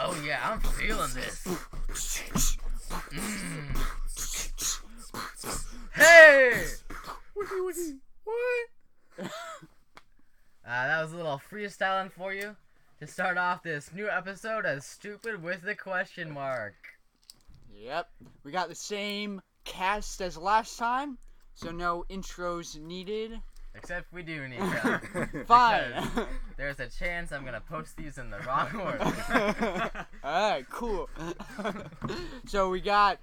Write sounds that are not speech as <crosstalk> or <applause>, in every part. Oh, yeah, I'm feeling this. Mm. Hey! Wiki wiki. What? Uh, that was a little freestyling for you to start off this new episode of Stupid with the Question Mark. Yep. We got the same cast as last time, so no intros needed. Except we do need them. <laughs> Fine. There's a chance I'm gonna post these in the wrong order. <laughs> Alright, cool. <laughs> so we got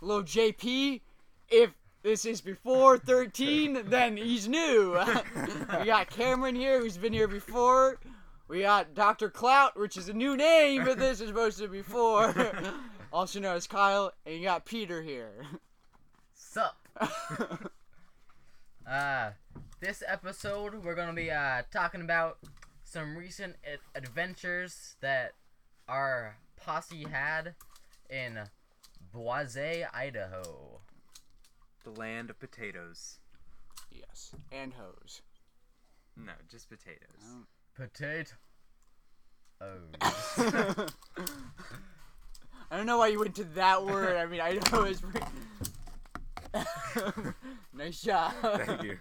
little JP. If this is before 13, then he's new. <laughs> we got Cameron here, who's been here before. We got Dr. Clout, which is a new name, but this is supposed to be before. also known as Kyle, and you got Peter here. Sup? Uh, this episode we're gonna be uh, talking about some recent a- adventures that our posse had in Boise, Idaho. The land of potatoes. yes. And hose. No, just potatoes. Potato. Oh. I don't know why you went to that word. I mean, I know it's pretty... <laughs> nice job. Thank you.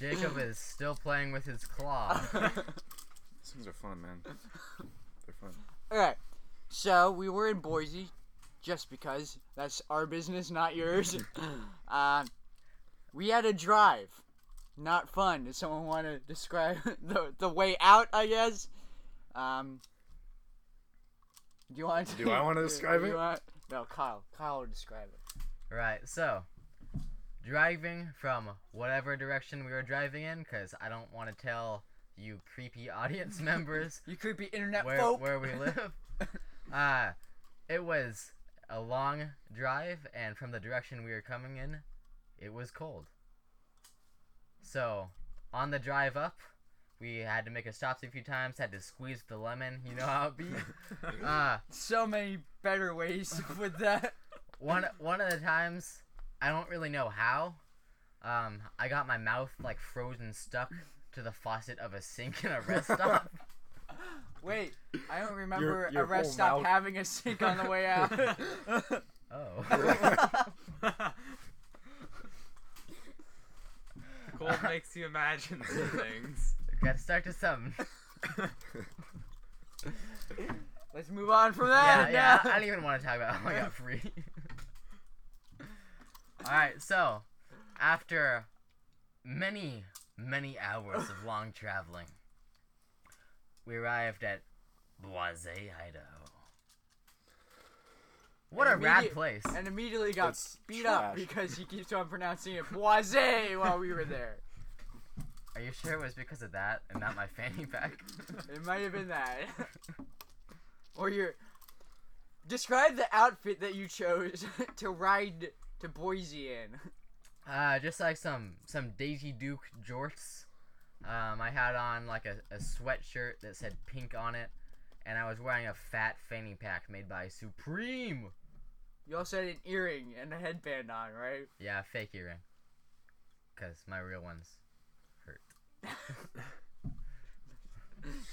Jacob is still playing with his claw. These things are fun, man. They're fun. All right. So we were in Boise, just because that's our business, not <laughs> yours. uh, we had a drive. Not fun. Does someone want to describe <laughs> the the way out? I guess. Um. Do you want? To, Do <laughs> I wanna describe you it? want- no, Kyle. Kyle will describe it. right, so driving from whatever direction we were driving in, because I don't want to tell you creepy <laughs> audience members You creepy internet where, folk. where we live. uh, it was a long drive, and from the direction we were coming in, it was cold. So, on the drive up, we had to make a stop a few times, had to squeeze the lemon, you know how it be. uh, so many better ways <laughs> with that. one, one of the times, I don't really know how, um, I got my mouth like frozen stuck to the faucet of a sink in a rest stop. Wait, I don't remember your a rest whole stop mouth. having a sink <laughs> on the way <laughs> out. oh. <laughs> Cold makes you imagine some things. <laughs> Got stuck to something. Let's move on from that. yeah, yeah. now. I don't even want to talk about how I got free. <laughs> All right, so after many, many hours of long traveling, we arrived at Boise, Idaho. What a And rad immediate- place! and immediately got It's beat up trash. because he keeps on pronouncing it Boise while we were there. Are you sure it was because of that and not my fanny pack? It might have been that. <laughs> or your describe the outfit that you chose <laughs> to ride to Boise in. Uh, just like some some Daisy Duke jorts. Um, I had on like a, a sweatshirt that said pink on it, and I was wearing a fat fanny pack made by Supreme. You also had an earring and a headband on, right? Yeah, fake earring. Cause my real ones hurt.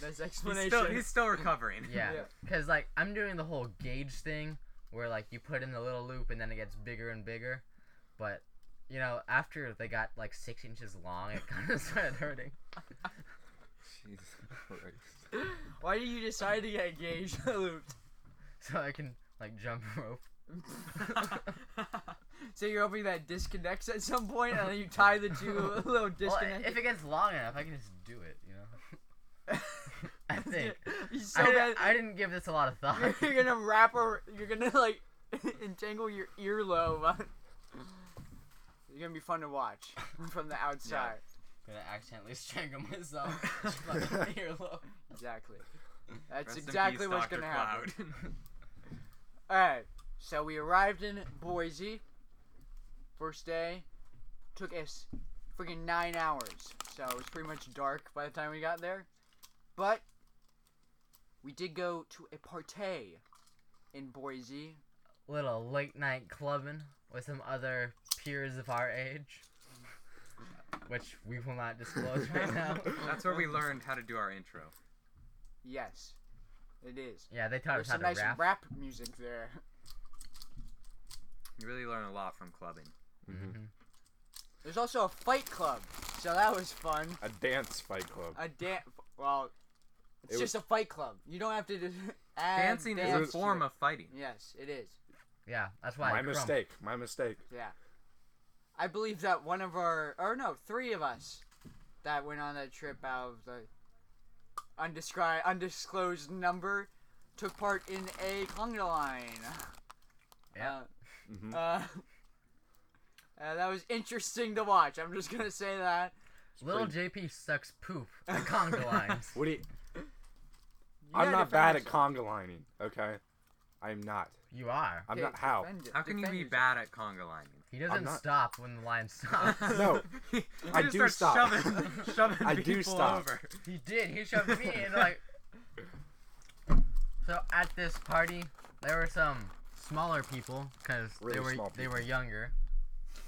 That's He's explanation. still, he's still recovering. Yeah. Yeah. Cause like I'm doing the whole gauge thing where like you put in the little loop and then it gets bigger and bigger, but you know after they got like six inches long, it <laughs> kind of started hurting. Jesus <laughs> Christ. Why did you decide to get engaged, <laughs> looped? So I can like jump <laughs> rope. So you're hoping that disconnects at some point, and then you tie the <laughs> two <laughs> little Well, disconnects. if it gets long enough, I can just do it, you know. <laughs> I think. He's so I, bad. didn't, I didn't give this a lot of thought. <laughs> you're gonna wrap a, you're gonna like <laughs> entangle your earlobe. <laughs> On. It's gonna be fun to watch from the outside. gonna accidentally strangle myself. <laughs> with my earlobe. Exactly. That's Rest in exactly peace, what's Dr. gonna happen. Cloud. All right. So we arrived in Boise. First day took us freaking nine hours. So it was pretty much dark by the time we got there. But we did go to a party in Boise. Little late night clubbing with some other peers of our age, which we will <laughs> not disclose right now. That's where we learned how to do our intro. Yes. It is. Yeah, they taught There's us how some to nice rap. rap music there. You really learn a lot from clubbing. Mhm. There's also a fight club, so that was fun. A dance fight club. A dance. Well, it's It just a fight club. You don't have to. Do- <laughs> add Dancing is dance a form to it. of fighting. Yes, it is. Yeah, that's why. My Chrome- mistake. My mistake. Yeah. I believe that one of our, or no, three of us, that went on that trip out of the undiscri- undisclosed number, took part in a conga line. Yeah. Uh, Mhm. uh, <laughs> uh, that was interesting to watch. I'm just gonna say that. Little JP sucks poop. <laughs> The conga lines. What do you? You I'm gotta not bad at defend conga lining. Okay, I'm not. You are. I'm yourself. not how. Defend it- How can you defend be yourself. bad at conga lining? He doesn't not- stop when the line <laughs> stops. <laughs> <laughs> No, You I just do start stop. <laughs> Shoving, shoving I do people stop. <laughs> Over. <laughs> he did. He shoved me in like. So at this party, there were some smaller people because Really they were small they were younger. <laughs>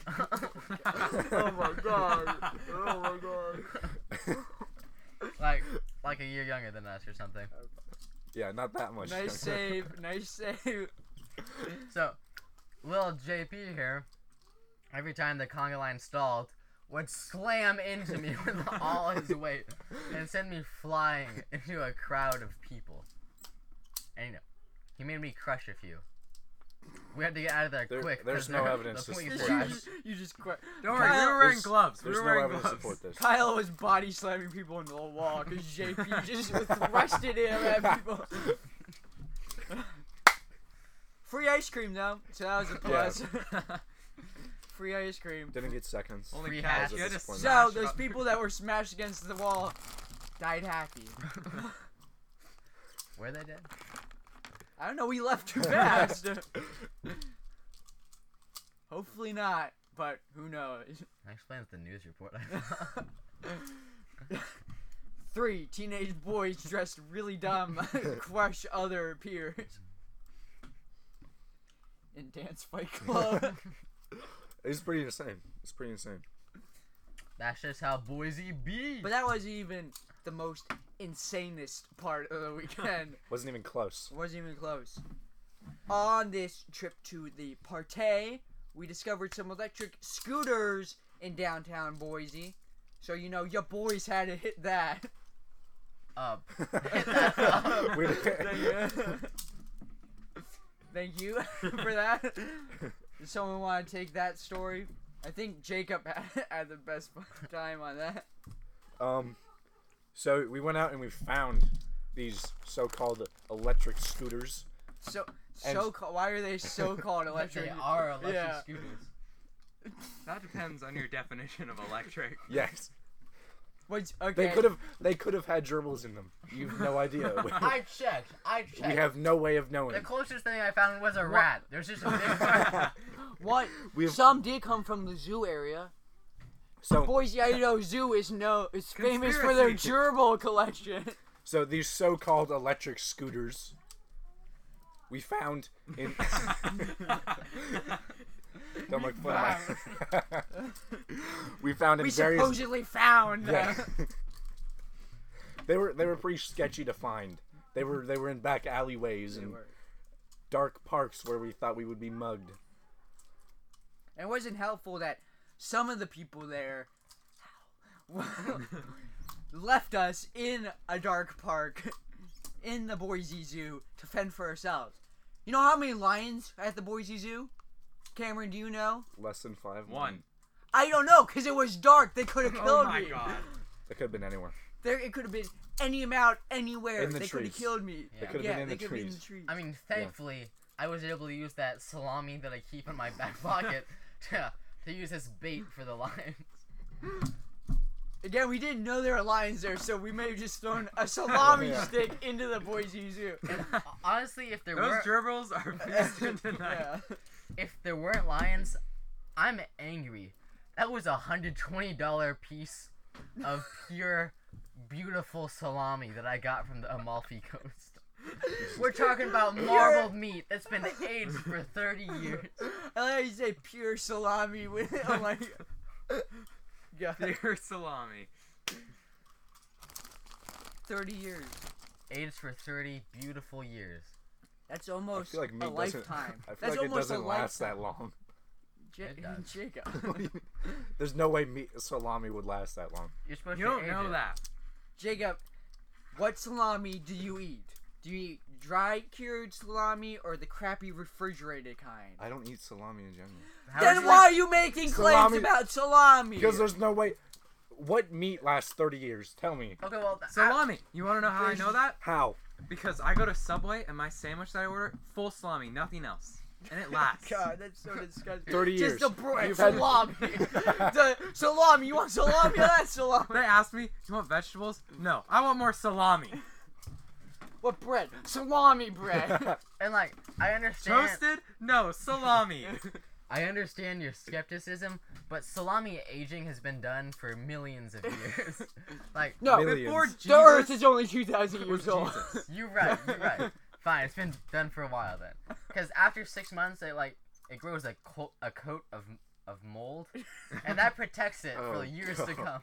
Oh my god! Oh my god! like like a year younger than us or something. <laughs> yeah, not that much. Nice <laughs> save, nice save. So, little JP here, every time the conga line stalled, would slam into me <laughs> with all his weight and send me flying into a crowd of people. And you know, he made me crush a few. We had to get out of there, There- quick. 'cause there's no the- evidence the to police <laughs> You support were- this. just, you just quit. Don't worry, we were wearing There's- gloves. We were There's no wearing evidence to gloves. support <laughs> this. Kyle was body slamming people into the wall because JP just was thrusting him at people. Free ice cream though, so that was a <laughs> plus. <laughs> Free ice cream. Didn't get seconds. Free Only hats. cash. You had to Disappointment. So smash those up. people <laughs> that were smashed against the wall died happy. Were they dead? I don't know. We left too fast. Hopefully not, but who knows? That explains the news report <laughs> I saw. <laughs> Three teenage boys dressed really dumb <laughs> crush other peers in dance fight club. <laughs> It's pretty insane. It's pretty insane. That's just how Boise be. but that wasn't even the most insanest part of the weekend. Wasn't <laughs> even close. <laughs> wasn't even close. On this trip to the Partey, we discovered some electric scooters in downtown Boise. So you know your boys had to hit that. Uh, <laughs> We- Thank you <laughs> for that. Does someone want to take that story? I think Jacob <laughs> had, had the best <laughs> time on that. Um, so we went out and we found these so-called electric scooters. So, And- so called. Why are they <laughs> so called electric? they are electric Yeah. scooters. That depends on your definition of <laughs> electric. <laughs> Yes, What's, okay. they could have. They could have had gerbils in them. You've no idea. <laughs> We, I checked. I checked. we have no way of knowing. the closest thing I found was a rat. There's just a big rat. <laughs> <laughs> What? We've- Some did come from the zoo area. So, Boise Idaho Zoo is no is famous for their Conspiracy. gerbil <laughs> collection. so these so-called electric scooters, we found in. <laughs> Don't look for that. <laughs> We found in We various. supposedly found Yeah. <laughs> them. they were they were pretty sketchy to find. They were they were in back alleyways and dark parks where we thought we would be mugged. And it wasn't helpful that some of the people there <laughs> left us in a dark park <laughs> in the Boise Zoo to fend for ourselves. You know how many lions are at the Boise Zoo? Cameron, do you know? Less than five. One. I don't know, cause it was dark. They could have killed <laughs> Oh my me. god. <laughs> That could have been anywhere. There, it could have been any amount, anywhere. In the they could have trees. killed me. They could've been in they the could have been in trees. the trees. I mean, thankfully, I was able to use that salami that I keep in my <laughs> back pocket <laughs> to, to use as bait for the lions. <laughs> Again, we didn't know there were lions there, so we may have just thrown <laughs> a salami Yeah. stick into the Boise Zoo. <laughs> <laughs> Honestly, if there Those were gerbils are <laughs> feasting tonight. <laughs> yeah. if there weren't lions, I'm angry. That was a hundred twenty dollar piece of <laughs> pure, beautiful salami that I got from the Amalfi <laughs> Coast. <laughs> We're talking about marbled meat that's been aged for thirty years. I like how you say pure salami with <laughs> I'm <laughs> like God, <laughs> Pure salami. thirty years. aged for 30 beautiful years. That's I almost feel like a meat doesn't. lifetime. <laughs> I feel That's like it almost a doesn't last lifetime. that long. Ja- It does. <laughs> Jacob. There's no way meat salami would last that long. You're supposed You to don't age know it. that. Jacob, what salami do you eat? Do you eat dry cured salami or the crappy refrigerated kind? I don't eat salami in general. How would Then you- why are you making claims Salami- about salami? <laughs> Because there's no way. What meat lasts 30 years? Tell me. Okay, well, th- Salami. You want to know how I know that? How? Because I go to Subway and my sandwich that I order full salami, nothing else, and it <laughs> lasts. <laughs> God, that's so disgusting. 30 Just years. the bro- You've had- salami. <laughs> the salami. You want <laughs> salami? That's salami. They asked me, "Do you want vegetables?" No, I want more salami. What bread? Salami <laughs> bread. <laughs> and like I understand, Toasted? No, salami. I understand your skepticism, but salami aging has been done for millions of <laughs> years. like No, Millions. Before The Jesus, the Earth is only two thousand was years old. <laughs> Jesus. you're right, you're right. Fine, it's been done for a while then, because after six months, it like it grows a co- a coat of of mold, and that protects it Oh, for years to come. <laughs> God.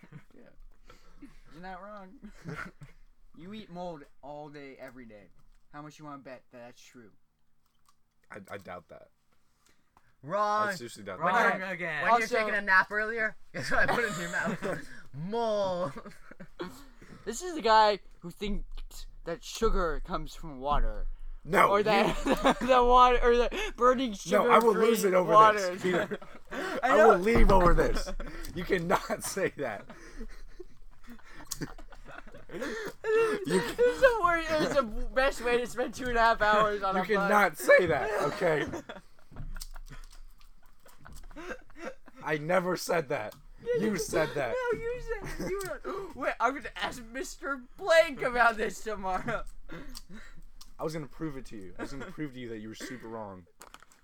You're not wrong. you eat mold all day, every day. How much you want to bet that that's true? I, I doubt that. I Wrong. seriously doubt Wrong. that. Wrong again. When Wrong. you're Also- taking a nap earlier, guess what I put in your mouth? <laughs> mold. This is the guy who thinks that sugar comes from water, No. or Oh, you- <laughs> that the water, or the burning sugar. no, I will lose it over water. this. Peter. I I, know. will leave over this. <laughs> You cannot <laughs> say that. You, this is the worst. <laughs> It's the best way to spend two and a half hours on you a cannot say that, <laughs> okay? I never said that. You said that. No, you said you were. Wait, I'm gonna ask Mr. Blank about this tomorrow. <laughs> I was gonna prove it to you. I was gonna prove to you that you were <laughs> super wrong.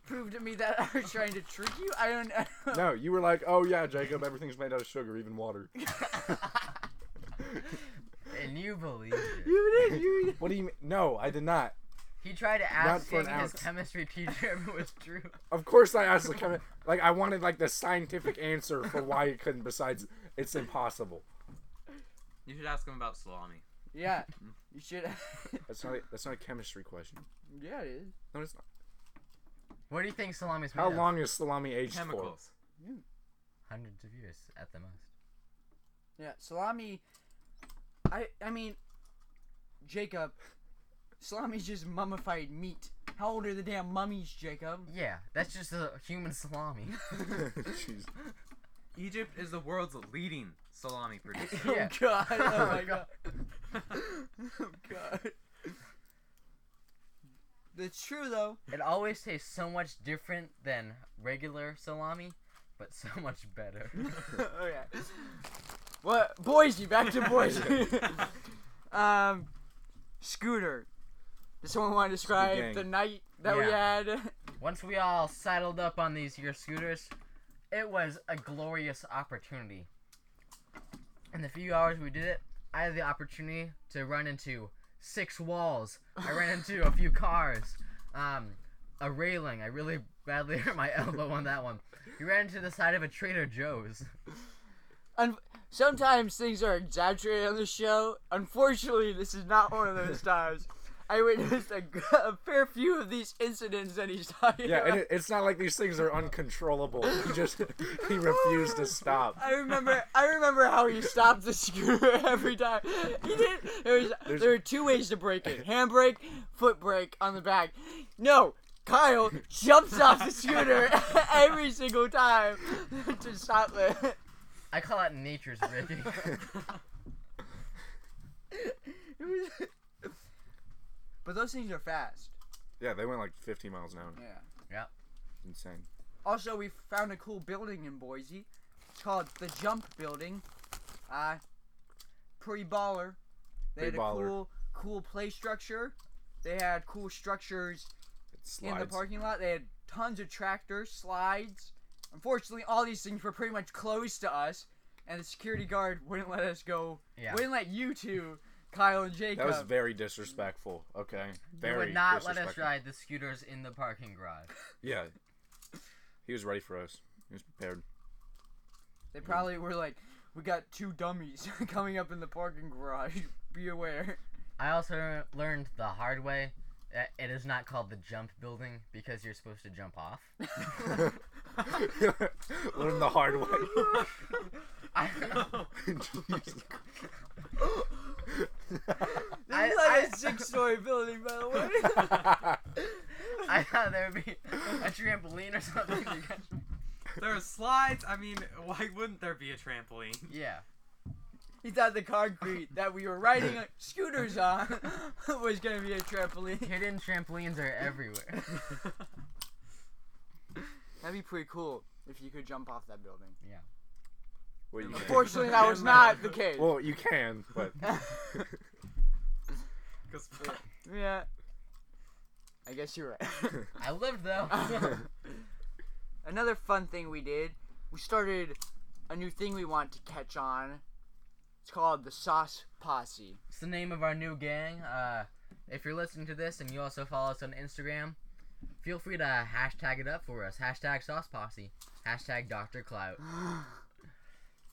Prove to me that I was trying to trick you. I don't know. <laughs> No, you were like, oh yeah, Jacob, everything's made out of sugar, even water. and you believe it. You did. You <laughs> did. What do you mean? No, I did not. He tried to Not ask for an his ounce. chemistry teacher <laughs> if it was true. Of course, I asked the chemi- like I wanted like the scientific answer for why it couldn't. Besides, it's impossible. You should ask him about salami. Yeah, you should. That's not. A, that's not a chemistry question. <laughs> yeah, it is. No, it's not. What do you think salami's made How of? long is salami aged Chemicals. Hundreds of years at the most. Yeah, salami. I I mean, Jacob, salami's just mummified meat. How old are the damn mummies, <laughs> Jacob? Yeah, that's just a human salami. for? <laughs> Jeez. Egypt is the world's leading salami producer. <laughs> Yeah. Oh god! Oh my god! <laughs> oh god! It's true though. It always tastes so much different than regular salami, but so <laughs> much better. okay. What Boise? Back to Boise. <laughs> um, Scooter. Does someone want to gang. describe the night that we Yeah. had? <laughs> Once we all saddled up on these here scooters, it was a glorious opportunity. In the few hours we did it, I had the opportunity to run into six walls. I ran into a few cars, um, a railing. I really badly <laughs> hurt my elbow on that one. You ran into the side of a Trader Joe's. Un- sometimes things are exaggerated on the show. Unfortunately, this is not one of <laughs> those times. I witnessed a, g- a fair few of these incidents that he's talking Yeah, about. and it, it's not like these things are uncontrollable. He just he refused to stop. I remember, I remember how he stopped the scooter <laughs> every time. He did. There was, there were two ways to break it: handbrake, foot brake on the back. No, Kyle jumps off the scooter <laughs> every single time <laughs> to stop it. I call it <laughs> nature's breaking. It was- <laughs> but those things are fast. Yeah, they went like 50 miles an hour. Yeah. Insane. Also, we found a cool building in Boise. It's called the Jump Building. Uh, pretty baller. They Pretty had a baller. cool, cool play structure. They had cool structures It in the slides. parking lot. They had tons of tractors, slides. Unfortunately, all these things were pretty much closed to us, and the security guard wouldn't let us go. Yeah. Wouldn't let you two, Kyle and Jacob. That was very disrespectful. Okay. <laughs> They Very would not let us disrespectful. ride the scooters in the parking garage. Yeah. He was ready for us. He was prepared. they <laughs> probably were like, "We got two dummies coming up in the parking garage. Be aware." I also learned the hard way that it is not called the jump building because you're supposed to jump <laughs> off. <laughs> Learn the hard way. <laughs> I, Jesus This I- is like I- a six-story building, by the <laughs> way. Christ. I thought there would be a trampoline or something. <laughs> you guys- There are slides. I mean, why wouldn't there be a trampoline? <laughs> yeah. he thought the concrete that we were riding on- scooters on <laughs> was gonna be a trampoline. Hidden trampolines are everywhere. That'd be pretty cool if you could jump off that building. well, you can. Fortunately, that was not the case. well, you can, but <laughs> Because <laughs> yeah. I guess you're right. I lived <laughs> though. Another fun thing we did, we started a new thing we want to catch on. It's called the Sauce Posse. it's the name of our new gang. Uh, if you're listening to this and you also follow us on Instagram, feel free to hashtag it up for us. Hashtag Sauce Posse. Hashtag Dr. Clout.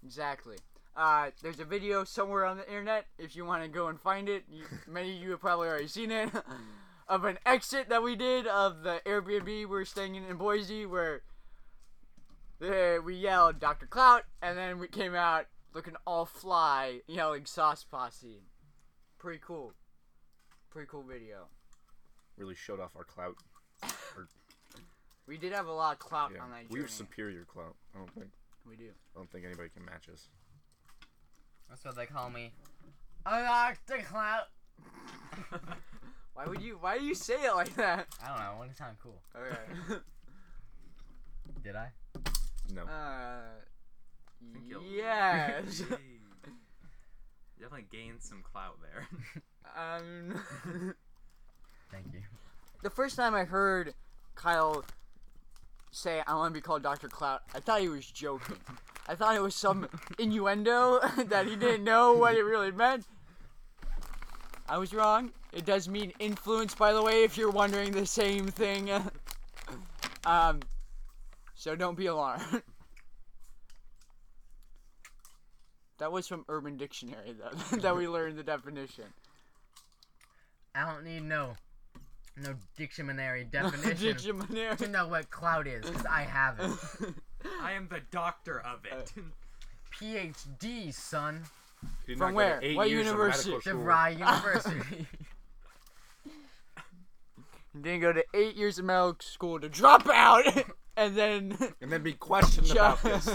Exactly. Uh, there's a video somewhere on the internet if you want to go and find it. <laughs> You, many of you have probably already seen it <laughs> of an exit that we did of the Airbnb we were staying in in Boise, where there we yelled Dr. Clout, and then we came out looking all fly, yelling Sauce Posse. Pretty cool. Pretty cool video. really showed off our clout. We did have a lot of clout Yeah. on that We journey. are superior clout. I don't think. we do. I don't think anybody can match us. That's what they call me. A Dr. Clout. Why would you? Why do you say it like that? <laughs> I don't know. I want to sound cool. Okay. Did I? No. Uh, think you'll- <laughs> yes. definitely gained some clout there. <laughs> um, <laughs> Thank you. the first time I heard Kyle say, "I want to be called Doctor Clout," I thought he was joking. I thought it was some innuendo <laughs> that he didn't know what it really meant. I was wrong. It does mean influence, by the way, if you're wondering the same thing. <laughs> um, so don't be alarmed. <laughs> That was from Urban Dictionary, though, <laughs> that we learned the definition. I don't need no no <laughs> dictionary definition <laughs> Dictionary. to know what clout is 'cause I have it. I am the doctor of it. PhD, son. He did From not go to where? eight What years of university? medical <laughs> school. DeVry University. Didn't go to eight years of medical school to drop out, <laughs> and then <laughs> And then be questioned about this.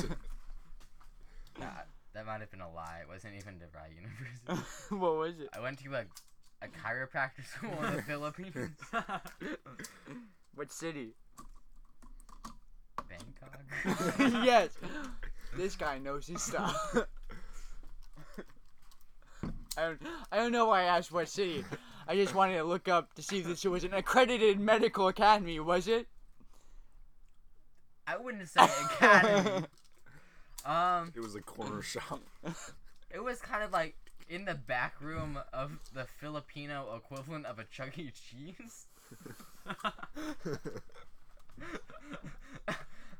Nah, that might have been a lie. It wasn't even DeVry University. what was it? I went to a, a chiropractor <laughs> school in the Philippines. What city? <laughs> <laughs> Bangkok. yes, this guy knows his stuff. <laughs> I don't, I don't know why I asked what city. I just wanted to look up to see if this was an accredited medical academy. Was it? I wouldn't say <laughs> academy. Um, <laughs> It was a corner shop. <laughs> it was kind of like in the back room of the Filipino equivalent of a Chuck E. Cheese. <laughs>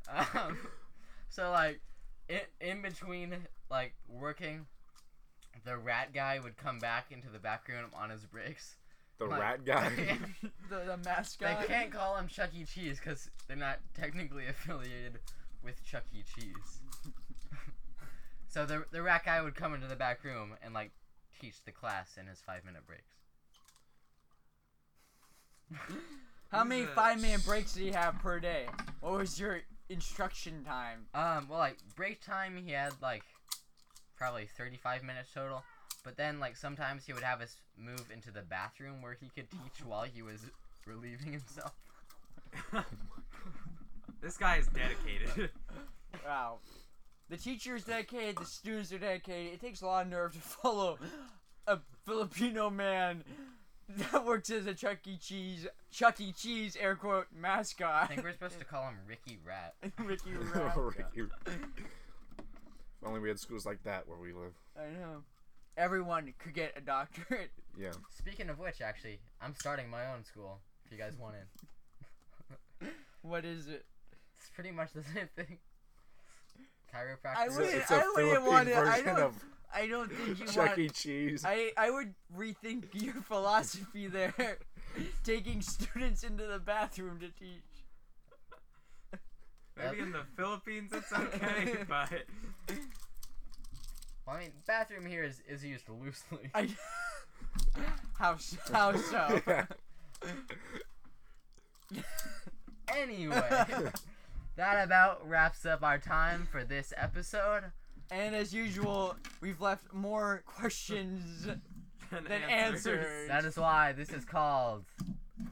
um, so like in, in between like working the rat guy would come back into the back room on his breaks The Like- <laughs> rat guy. <laughs> The, the they mascot. can't call him chuck e cheese because they're not technically affiliated with chuck e cheese <laughs> so the, the rat guy would come into the back room and like teach the class in his five minute breaks How many Who's the- five-minute breaks did he have per day? What was your instruction time? Um, well, like break time, he had like probably 35 minutes total. But then, like sometimes he would have us move into the bathroom where he could <laughs> teach while he was relieving himself. <laughs> this guy is dedicated. Wow. The teacher is dedicated, the students are dedicated. It takes a lot of nerve to <laughs> follow a Filipino man that works as a Chuck E. Cheese, Chuck E. Cheese, air quote, mascot. I think we're <laughs> supposed to call him Ricky Rat. <laughs> Ricky Rat. Ricky. <laughs> If Only we had schools like that where we live. I know. Everyone could get a doctorate. <laughs> Yeah. Speaking of which, actually, I'm starting my own school. If you guys want in, What is it? it's <laughs> pretty much the same thing. Chiropractic. I It's would- a, it's a I wouldn't Philippine want it. I version don't- of I don't think you Chuck E. want. Cheese. I I would rethink your <laughs> philosophy there, <laughs> taking students into the bathroom to teach. Maybe in the Philippines it's okay, but <laughs> Well, I mean, bathroom here is, is used loosely. I. <laughs> how so? How <laughs> so? Anyway, <laughs> that about wraps up our time for this episode. and as usual, we've left more <laughs> questions then than answers. That is why this is called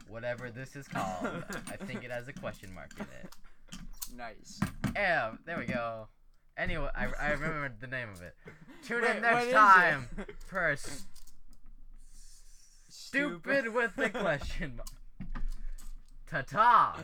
whatever this is called. I think it has a question mark in it. nice. Yeah, there we go. Anyway, I, I remembered the name of it. Tune Wait, in what next is it? <laughs> time for Stupid with the Question. Ta ta!